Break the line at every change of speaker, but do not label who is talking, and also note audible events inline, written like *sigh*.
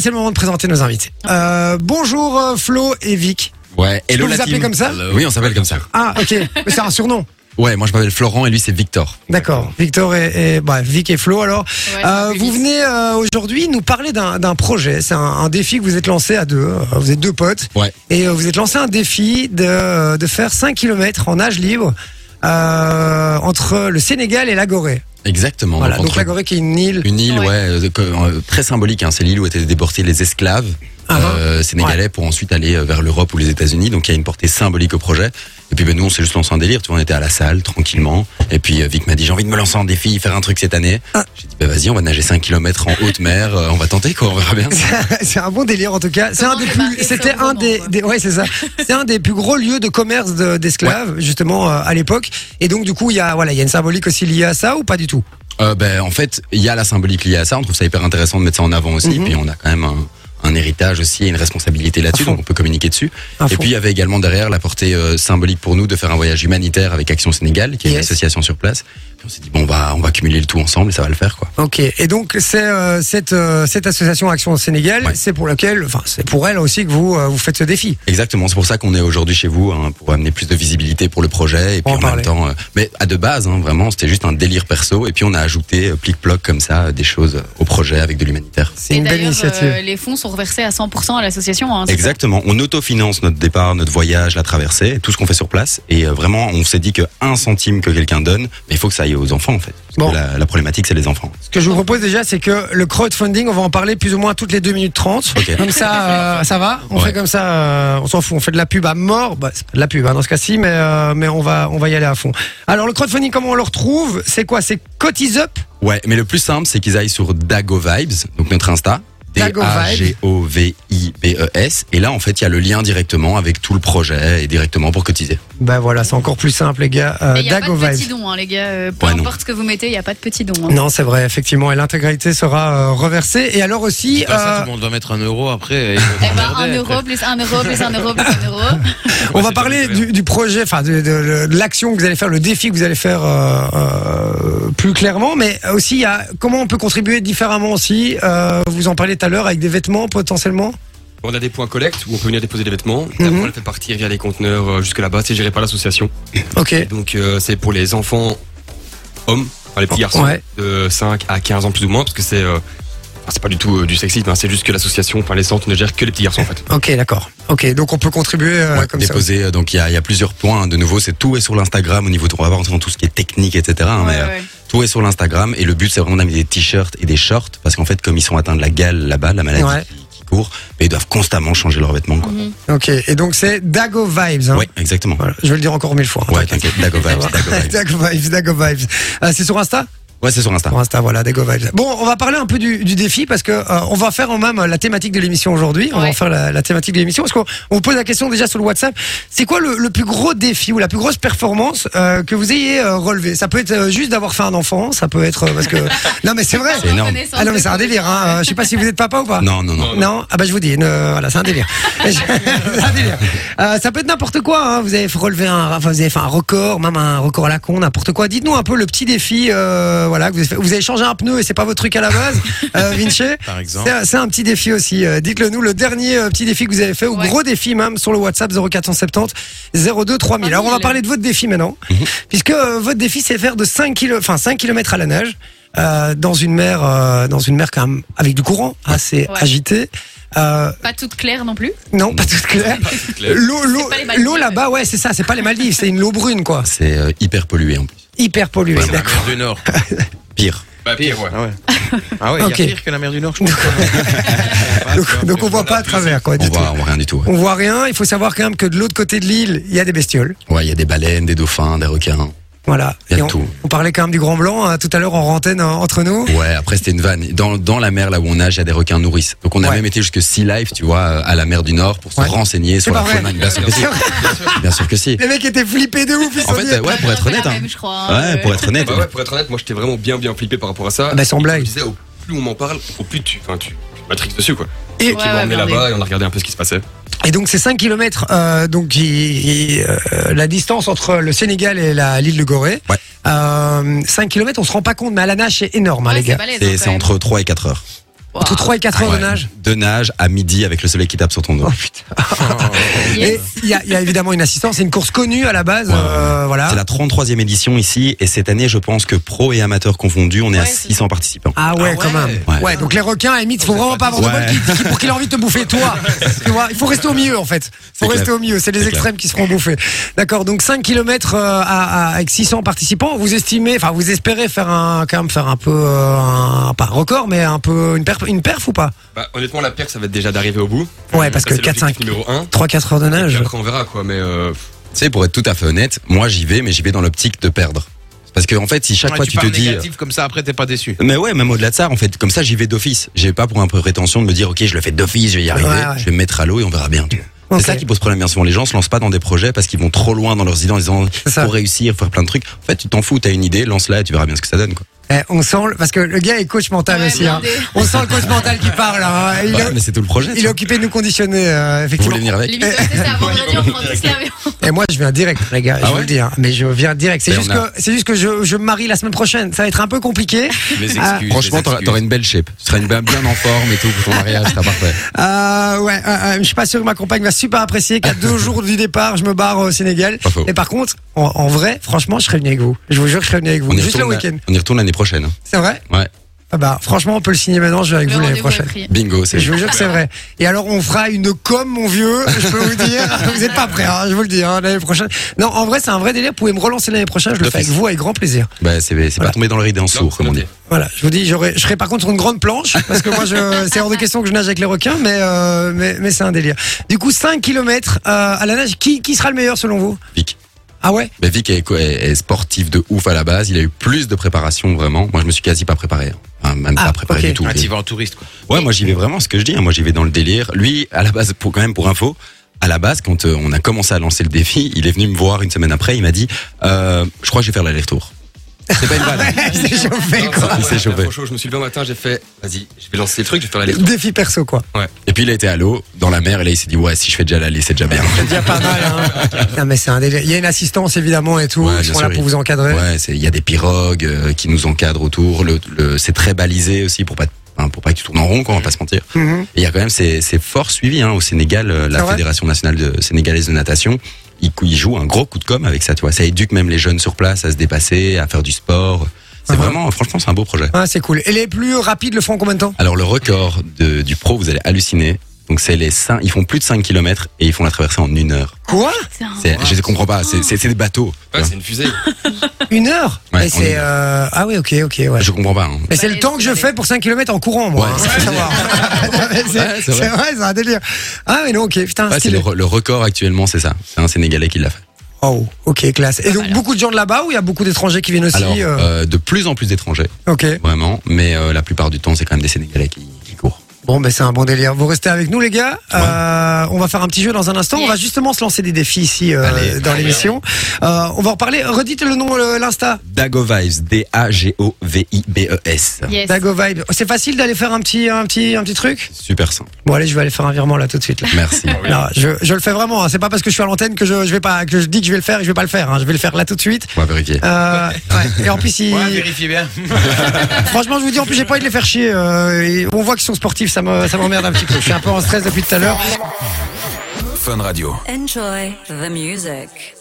C'est le moment de présenter nos invités.
Ah.
Euh, bonjour euh, Flo et Vic.
Ouais, hello
vous
la
appelez
team.
comme ça
Euh, Oui, on s'appelle comme ça.
Ah
*laughs*
ok, mais c'est un surnom.
Ouais, moi je m'appelle Florent et lui c'est Victor.
D'accord. Victor et, et- bah, Vic et Flo alors.
Ouais,
Euh,
un peu
vous
lisse.
venez euh, aujourd'hui nous parler d'un d'un projet. C'est un, un défi que vous êtes lancé à deux. Euh, Vous êtes deux potes.
Ouais.
Et euh, vous êtes lancé un défi de, de faire 5 km en nage libre euh, entre le Sénégal et la Gorée.
Exactement.
Voilà,
Donc,
donc la
entre
Gorée qui est une île.
une île, ouais,
Ouais.
euh, de- euh, très symbolique. Hein, c'est l'île où étaient déportés les esclaves
Ah,
euh, sénégalais pour ensuite aller euh, vers l'Europe ou les États-Unis. Donc il y a une portée symbolique au projet. Et puis ben, nous on s'est juste lancé un délire. Tu vois, on était à la salle tranquillement. Et puis euh, Vic m'a dit j'ai envie de me lancer en défi, faire un truc cette année.
Ah.
J'ai dit bah vas-y, on va nager 5 km en haute mer. euh, on va tenter quoi, on
*laughs*
verra bien.
c'est un bon délire en tout cas. C'est un
Comment
des
démarrer
plus, c'était
sans
un
nom,
des,
quoi.
des- ouais c'est ça. C'est un des plus gros lieux de commerce de- d'esclaves justement euh, à l'époque. Et donc du coup il y a voilà il y a une symbolique aussi liée à ça ou pas du tout.
Euh, ben, en fait, il y a la symbolique liée à ça. On trouve ça hyper intéressant de mettre ça en avant aussi.
Mhm.
Et puis, on a quand même un, un héritage aussi et une responsabilité
À
là-dessus.
fond.
Donc, on peut communiquer dessus.
À
et
fond.
puis, il y avait également derrière la portée euh, symbolique pour nous de faire un voyage humanitaire avec Action Sénégal, qui est une
Yes.
association sur place. Puis on s'est dit, bon, on va, on va cumuler le tout ensemble et ça va le faire, quoi.
Ok. Et donc c'est euh, cette euh, cette association Action au Sénégal,
Ouais.
c'est pour laquelle, enfin c'est pour elle aussi que vous euh, vous faites ce défi.
Exactement. C'est pour ça qu'on est aujourd'hui chez vous, hein, pour amener plus de visibilité pour le projet. Et
On
puis,
en
en,
parlait.
même temps, euh, mais à de base, hein, vraiment, c'était juste un délire perso. Et puis, on a ajouté euh, plic-ploc comme ça euh, des choses au projet avec de l'humanitaire.
C'est
Et
une belle
d'ailleurs,
initiative.
euh, les fonds sont reversés à 100% à l'association. hein, c'est ça
Exactement. On autofinance notre départ, notre voyage, la traversée, tout ce qu'on fait sur place. Et euh, vraiment, on s'est dit que un centime que quelqu'un donne, mais il faut que ça aille aux enfants en fait. Parce
Bon.
que la, la problématique, c'est les enfants.
Ce que je vous propose déjà, c'est que le crowdfunding, on va en parler plus ou moins toutes les 2 minutes 30.
Ok.
Comme
*laughs*
ça, euh, ça va. On
Ouais.
fait comme ça, euh, on s'en fout. On fait de la pub à mort. Bah, c'est pas de la pub hein, dans ce cas-ci, mais, euh, mais on, va, on va y aller à fond. Alors, le crowdfunding, comment on le retrouve C'est quoi C'est Cotize Up
Ouais, mais le plus simple, c'est qu'ils aillent sur Dago Vibes, donc notre Insta.
Dago Vibes.
D-A-G-O-V-I-B-E-S. E Et là, en fait, il y a le lien directement avec tout le projet et directement pour cotiser.
Ben voilà, c'est encore plus simple, les gars. Euh,
Et Il n'y a
Dago
pas de
Vibes.
petit don, hein, les gars. euh, peu
Ouais, non.
importe ce que vous mettez, il n'y a pas de petit don. hein.
Non, c'est vrai, effectivement. Et l'intégralité sera euh, reversée. Et alors aussi,
Pas ça,
euh,
tout le monde doit mettre un
*laughs*
euro après.
Eh ben, un euro, plus un euro, plus un euro, plus un euro.
on va parler du, du projet, enfin de, de- de l'action que vous allez faire, le défi que vous allez faire euh, euh, plus clairement, mais aussi il y a comment on peut contribuer différemment aussi. euh, vous en parlez tout à l'heure avec des vêtements potentiellement.
On a des points collecte où on peut venir déposer des vêtements.
Mhm.
Après, on les fait partir via les conteneurs euh, jusque là-bas. C'est géré par l'association.
Ok.
Et Donc, euh, c'est pour les enfants hommes, enfin les petits garçons
Ouais.
de 5 à 15 ans plus ou moins, parce que c'est. euh, enfin, c'est pas du tout euh, du sexisme, hein, c'est juste que l'association, enfin les centres ne gèrent que les petits garçons en fait.
Ok, d'accord. Ok, donc on peut contribuer euh,
Ouais,
comme ça.
déposer. euh, Donc, il y a, il y a plusieurs points. hein. De nouveau, c'est tout est sur l'Instagram au niveau de. On va voir dans tout ce qui est technique, etc. hein, mais,
Ouais,
euh,
ouais.
Tout est sur l'Instagram et le but c'est vraiment d'amener des t-shirts et des shorts parce qu'en fait comme ils sont atteints de la gale là-bas, la maladie
Ouais.
qui court, mais ils doivent constamment changer leurs vêtements quoi.
Mhm.
Ok. Et donc c'est Dago Vibes. Hein.
Ouais, exactement.
Voilà, Je vais le dire encore mille fois.
Ouais, t'inquiète, Dago vibes, Dago
*laughs*
vibes.
Dago Vibes, Dago Vibes. Euh, c'est sur Insta
Ouais, c'est sur Insta.
Pour Insta, voilà, Dago Vibes. Bon, on va parler un peu du, du défi parce que euh, on va faire en même la thématique de l'émission aujourd'hui. On va
Ouais.
en faire la, la thématique de l'émission parce qu'on on vous pose la question déjà sur le WhatsApp. C'est quoi le, le plus gros défi ou la plus grosse performance euh, que vous ayez euh, relevé Ça peut être euh, juste d'avoir fait un enfant, ça peut être euh,
*laughs*
parce que non mais c'est vrai.
C'est énorme.
Reconnaissance
Ah non mais
de-
c'est un délire. Hein. Euh, Je sais pas si vous êtes papa ou pas.
Non, non, non.
Non Ah bah je vous dis, ne- voilà, c'est un délire. c'est un délire. Euh, ça peut être n'importe quoi, hein. vous avez relevé un, enfin, vous avez fait un record, même un record à la con, n'importe quoi. Dites-nous un peu le petit défi, euh, voilà, que vous avez, fait. vous avez changé un pneu et c'est pas votre truc à la base, euh, Vinci.
Par exemple.
C'est- C'est un petit défi aussi. euh, Dites-le nous, le dernier euh, petit défi que vous avez fait, ou
Ouais.
gros défi même, sur le WhatsApp 0470 02 3000. Alors on va
3000.
parler de votre défi maintenant, puisque euh, votre défi c'est faire de 5 km, enfin 5 km à la nage. euh, dans une mer, euh, dans une mer quand même avec du courant assez
Ouais.
agité. Euh,
Pas toute claire non plus.
non, pas toute claire. L'eau, l'eau,
pas les Maldives.
l'eau là-bas, ouais, c'est ça. C'est pas les Maldives, c'est une eau brune, quoi.
C'est euh, hyper pollué en plus.
Hyper polluée.
La mer du Nord.
Pire.
Bah, pire, ouais.
Ah ouais. Ah ouais, il
Ok.
y a pire que la mer du Nord,
*laughs*
je trouve.
Donc, donc on voit pas à travers, quoi,
On
du tout.
voit, on voit rien du tout. ouais.
On voit rien. Il faut savoir quand même que de l'autre côté de l'île, il y a des bestioles.
Ouais, il y a des baleines, des dauphins, des requins.
Voilà.
Il y a
Et on,
tout.
on parlait quand même du Grand Blanc hein, tout à l'heure en rantaine entre nous.
Ouais, après c'était une vanne. Dans, dans la mer là où on nage, il y a des requins nourrices. Donc on a
Ouais.
même été jusque Sea Life, tu vois, euh, à la mer du Nord pour se
Ouais.
renseigner sur
pas
la
vrai.
faune. Bien sûr que si. Bien sûr que
*laughs*
si.
Les mecs étaient flippés de ouf. Ils se
En
sont dit,
fait, ouais, pour être
Ouais,
honnête.
la
hein.
même, je crois,
Ah
hein,
Ouais,
euh.
pour être honnête.
Bah ouais, pour être honnête, moi j'étais vraiment bien bien flippé par rapport à ça.
Ah bah, sans
Et comme
blague.
je disais, au plus on m'en parle, au plus tu, enfin tu, tu matrixes dessus quoi.
Et-
Et
Ouais,
tu
ouais,
m'as emmené
blindé.
là-bas et on a regardé un peu ce qui se passait.
Et donc c'est 5 km donc qui- qui, euh, la distance entre le Sénégal et la- l'île de Gorée.
Ouais.
Euh, 5 km, on se rend pas compte, mais à la nage c'est énorme, hein,
Ouais,
les
c'est
gars.
balèze, hein,
C'est
quand
c'est
même.
entre 3 et 4 heures.
Entre 3 et 4 heures de
Ouais.
nage.
De nage à midi avec le soleil qui tape sur ton
Oh,
dos.
Et
Yes.
il y, a- il y a évidemment une assistance. C'est une course connue à la base.
Ouais, ouais,
euh, voilà.
C'est la 33e édition ici et cette année, je pense que pro et amateurs confondus, on est à
Ouais, c'est
600 participants.
Ah ouais,
Ah
quand
ouais.
même. Ouais.
Ouais.
donc les requins, à la limite, faut vraiment pas avoir de
Ouais.
bol qui- qui- pour qu'il ait envie de te bouffer,
*laughs*
toi. Tu vois, il faut rester au milieu, en fait. faut
C'est clair.
rester au milieu. C'est les
C'est
extrêmes qui seront bouffés. D'accord, donc 5 km à, à- avec 600 participants. Vous estimez, enfin, vous espérez faire un, quand même, faire un peu, euh, un- pas un record, mais un peu, une perf, une perf ou pas
Bah, honnêtement, la perte, ça va être déjà d'arriver au bout.
Ouais, parce
Ça,
que
c'est l'objectif
4-5,
numéro 1.
3-4 heures de
Et puis
nage.
après, on verra quoi, mais euh,
Tu sais, pour être tout à fait honnête, moi j'y vais, mais j'y vais dans l'optique de perdre. Parce que en fait, si chaque
Ouais,
fois
tu
tu, te
pars
dis, euh,
négatif comme ça, après t'es pas déçu.
mais ouais, même au-delà de ça, en fait, comme ça j'y vais d'office. J'ai pas pour un peu prétention de me dire, ok, je le fais d'office, je vais y arriver,
Ouais, ouais.
je vais me mettre à l'eau et on verra bien. tu vois.
Ok.
C'est ça qui pose problème bien souvent. Les gens se lancent pas dans des projets parce qu'ils vont trop loin dans leurs idées en disant,
ça.
faut réussir, faut faire plein de trucs. En fait, tu t'en fous, t'as une idée, lance-la et tu verras bien ce que ça donne. Quoi.
Eh, on sent, le- parce que le gars est coach mental
Ouais,
aussi. hein.
blindé.
On sent le coach mental qui parle. hein. Il,
Ouais,
est,
mais c'est tout le projet.
il est
ça.
occupé de nous conditionner, euh,
Vous
effectivement.
voulez venir avec
Limite, ouais, c'est ça, vendredi, on prend tous l'avion.
Et moi, je viens direct, les gars, je vous
Ah ouais
le dis. hein. mais je viens direct. C'est
Ben,
juste,
on a-
que, c'est juste que je, je me marie la semaine prochaine. Ça va être un peu
*laughs*
compliqué.
les excuses.
Ah.
les
Franchement, t'auras
excuses.
t'auras une belle shape. Tu seras une bien, bien en forme et tout pour ton mariage, ça
*laughs*
sera parfait.
Euh, ouais, euh, euh, je suis pas sûr que ma compagne va super apprécier qu'à
*laughs*
deux jours du départ, je me barre au Sénégal.
Pas faux.
Et par contre, en, en vrai, franchement, je serais venu avec vous. Je vous jure, que je serais venu avec vous.
On y
Juste le
retourne la-
week-end.
On y retourne l'année prochaine. hein.
C'est vrai
Ouais.
ah bah, Franchement, on peut le signer maintenant. Je vais avec
Le
vous l'année
rendez-vous est
prochaine.
pris.
Bingo, c'est
Je vous jure que c'est vrai. Et alors, on fera une com, mon vieux. Je peux vous
*laughs*
dire, vous n'êtes pas prêts. hein, je vous le dis. hein, l'année prochaine. Non, en vrai, c'est un vrai délire. Vous pouvez me relancer l'année prochaine. Je le fais avec vous avec grand plaisir.
Bah, c'est c'est
Voilà.
pas tombé dans leur idée en sourd, comme on dit.
Voilà, je vous dis, j'aurais, je serais par contre sur une grande planche, parce que moi, je, c'est hors de question que je nage avec les requins, mais, euh, mais, mais c'est un délire. Du coup, 5 km à la nage, qui, qui sera le meilleur selon vous
Vic.
Ah ouais
Bah, Vic est, quoi, est- est sportif de ouf à la base. Il a eu plus de préparation, vraiment. Moi, je me suis quasi pas préparé. hein. Enfin, même
Ah,
pas préparé
ok.
du tout.
Ah, t'y vas en touriste quoi.
Ouais, moi, j'y vais vraiment, ce que je dis. hein. Moi, j'y vais dans le délire. Lui, à la base, pour, quand même, pour info, à la base, quand euh, on a commencé à lancer le défi, il est venu me voir une semaine après. Il m'a dit euh, Je crois que je vais faire l'aller-retour. C'est pas une vanne.
*laughs* C'est chauffé, quoi.
Il s'est
Ouais,
chauffé.
franchement, Je me suis levé un matin, j'ai fait, vas-y, je vais lancer le truc, je vais faire la lettre.
Défi perso, quoi.
Et puis, il a été à l'eau, dans la mer. Et là, il s'est dit Ouais, si je fais déjà l'aller, c'est déjà bien.
C'est déjà pas mal, hein. Non, mais c'est un délire. Il y a une assistance, évidemment, et tout.
Ouais,
ils
bien
sont là
sûr,
pour
il-
vous encadrer.
Ouais, c'est- il y a des pirogues euh, qui nous encadrent autour. Le, le- c'est très balisé aussi pour pas, hein, pour pas que tu tournes en rond, quoi, on va pas se mentir.
Mhm.
Et il y a quand même, c'est, c'est fort suivi hein, au Sénégal, euh,
C'est
la
vrai
Fédération nationale de, sénégalaise de natation. Il, cou- il joue un gros coup de com avec ça, tu vois. Ça éduque même les jeunes sur place à se dépasser, à faire du sport. C'est
Ah ouais.
vraiment, franchement, c'est un beau projet.
Ah, c'est cool. Et les plus rapides le font en combien de temps
Alors, le record de- du pro, vous allez halluciner. Donc, c'est les 5, ils font plus de 5 km et ils font la traversée en une heure.
Quoi
Putain.
C'est, Je ne comprends pas, c'est, c'est- c'est des bateaux. tu
Ouais,
vois.
c'est une fusée.
Une heure
Ouais,
Et
en
c'est,
une
euh, Ah oui, ok, ok, ouais.
Je comprends pas. hein.
Mais c'est le
Balèze,
temps que je
balèze.
fais pour 5 km en courant, moi.
Ouais,
hein,
c'est
faut savoir. *laughs* Mais c'est
Ouais,
c'est
c'est vrai.
vrai, c'est un délire. Ah, mais non, ok, putain,
Ouais, c'est
stylé.
le, re- le record actuellement, c'est ça. C'est un Sénégalais qui l'a fait.
Oh, ok, classe. Et donc, beaucoup de gens de là-bas ou il y a beaucoup d'étrangers qui viennent aussi
Alors,
euh,
euh, de plus en plus d'étrangers,
Ok.
vraiment, mais euh, la plupart du temps, c'est quand même des Sénégalais qui, qui courent.
Bon, ben c'est un bon délire. Vous restez avec nous, les gars. Euh, on va faire un petit jeu dans un instant. On
Yes.
va justement se lancer des défis ici euh,
Allez.
dans l'émission. Euh, on va en reparler. Redites le nom, le- l'Insta.
Dago Vibes, D-A-G-O-V-I-B-E-S.
Yes.
Dago Vibe. C'est facile d'aller faire un petit, un petit, un petit truc.
Super simple.
Bon, allez, je vais aller faire un virement là tout de suite. Là.
Merci.
Non, je, je le fais vraiment. hein. C'est pas parce que je suis à l'antenne que je, je vais pas, que je dis que je vais le faire et que je vais pas le faire. hein. Je vais le faire là tout de suite.
On va vérifier.
Euh, ouais. Et en plus, il-
Ouais, vérifiez bien.
franchement, je vous dis, en plus, j'ai pas envie de les faire chier. euh, et on voit qu'ils sont sportifs, ça me- ça m'emmerde un petit peu. Je suis un peu en stress depuis tout à l'heure.
Enjoy the music.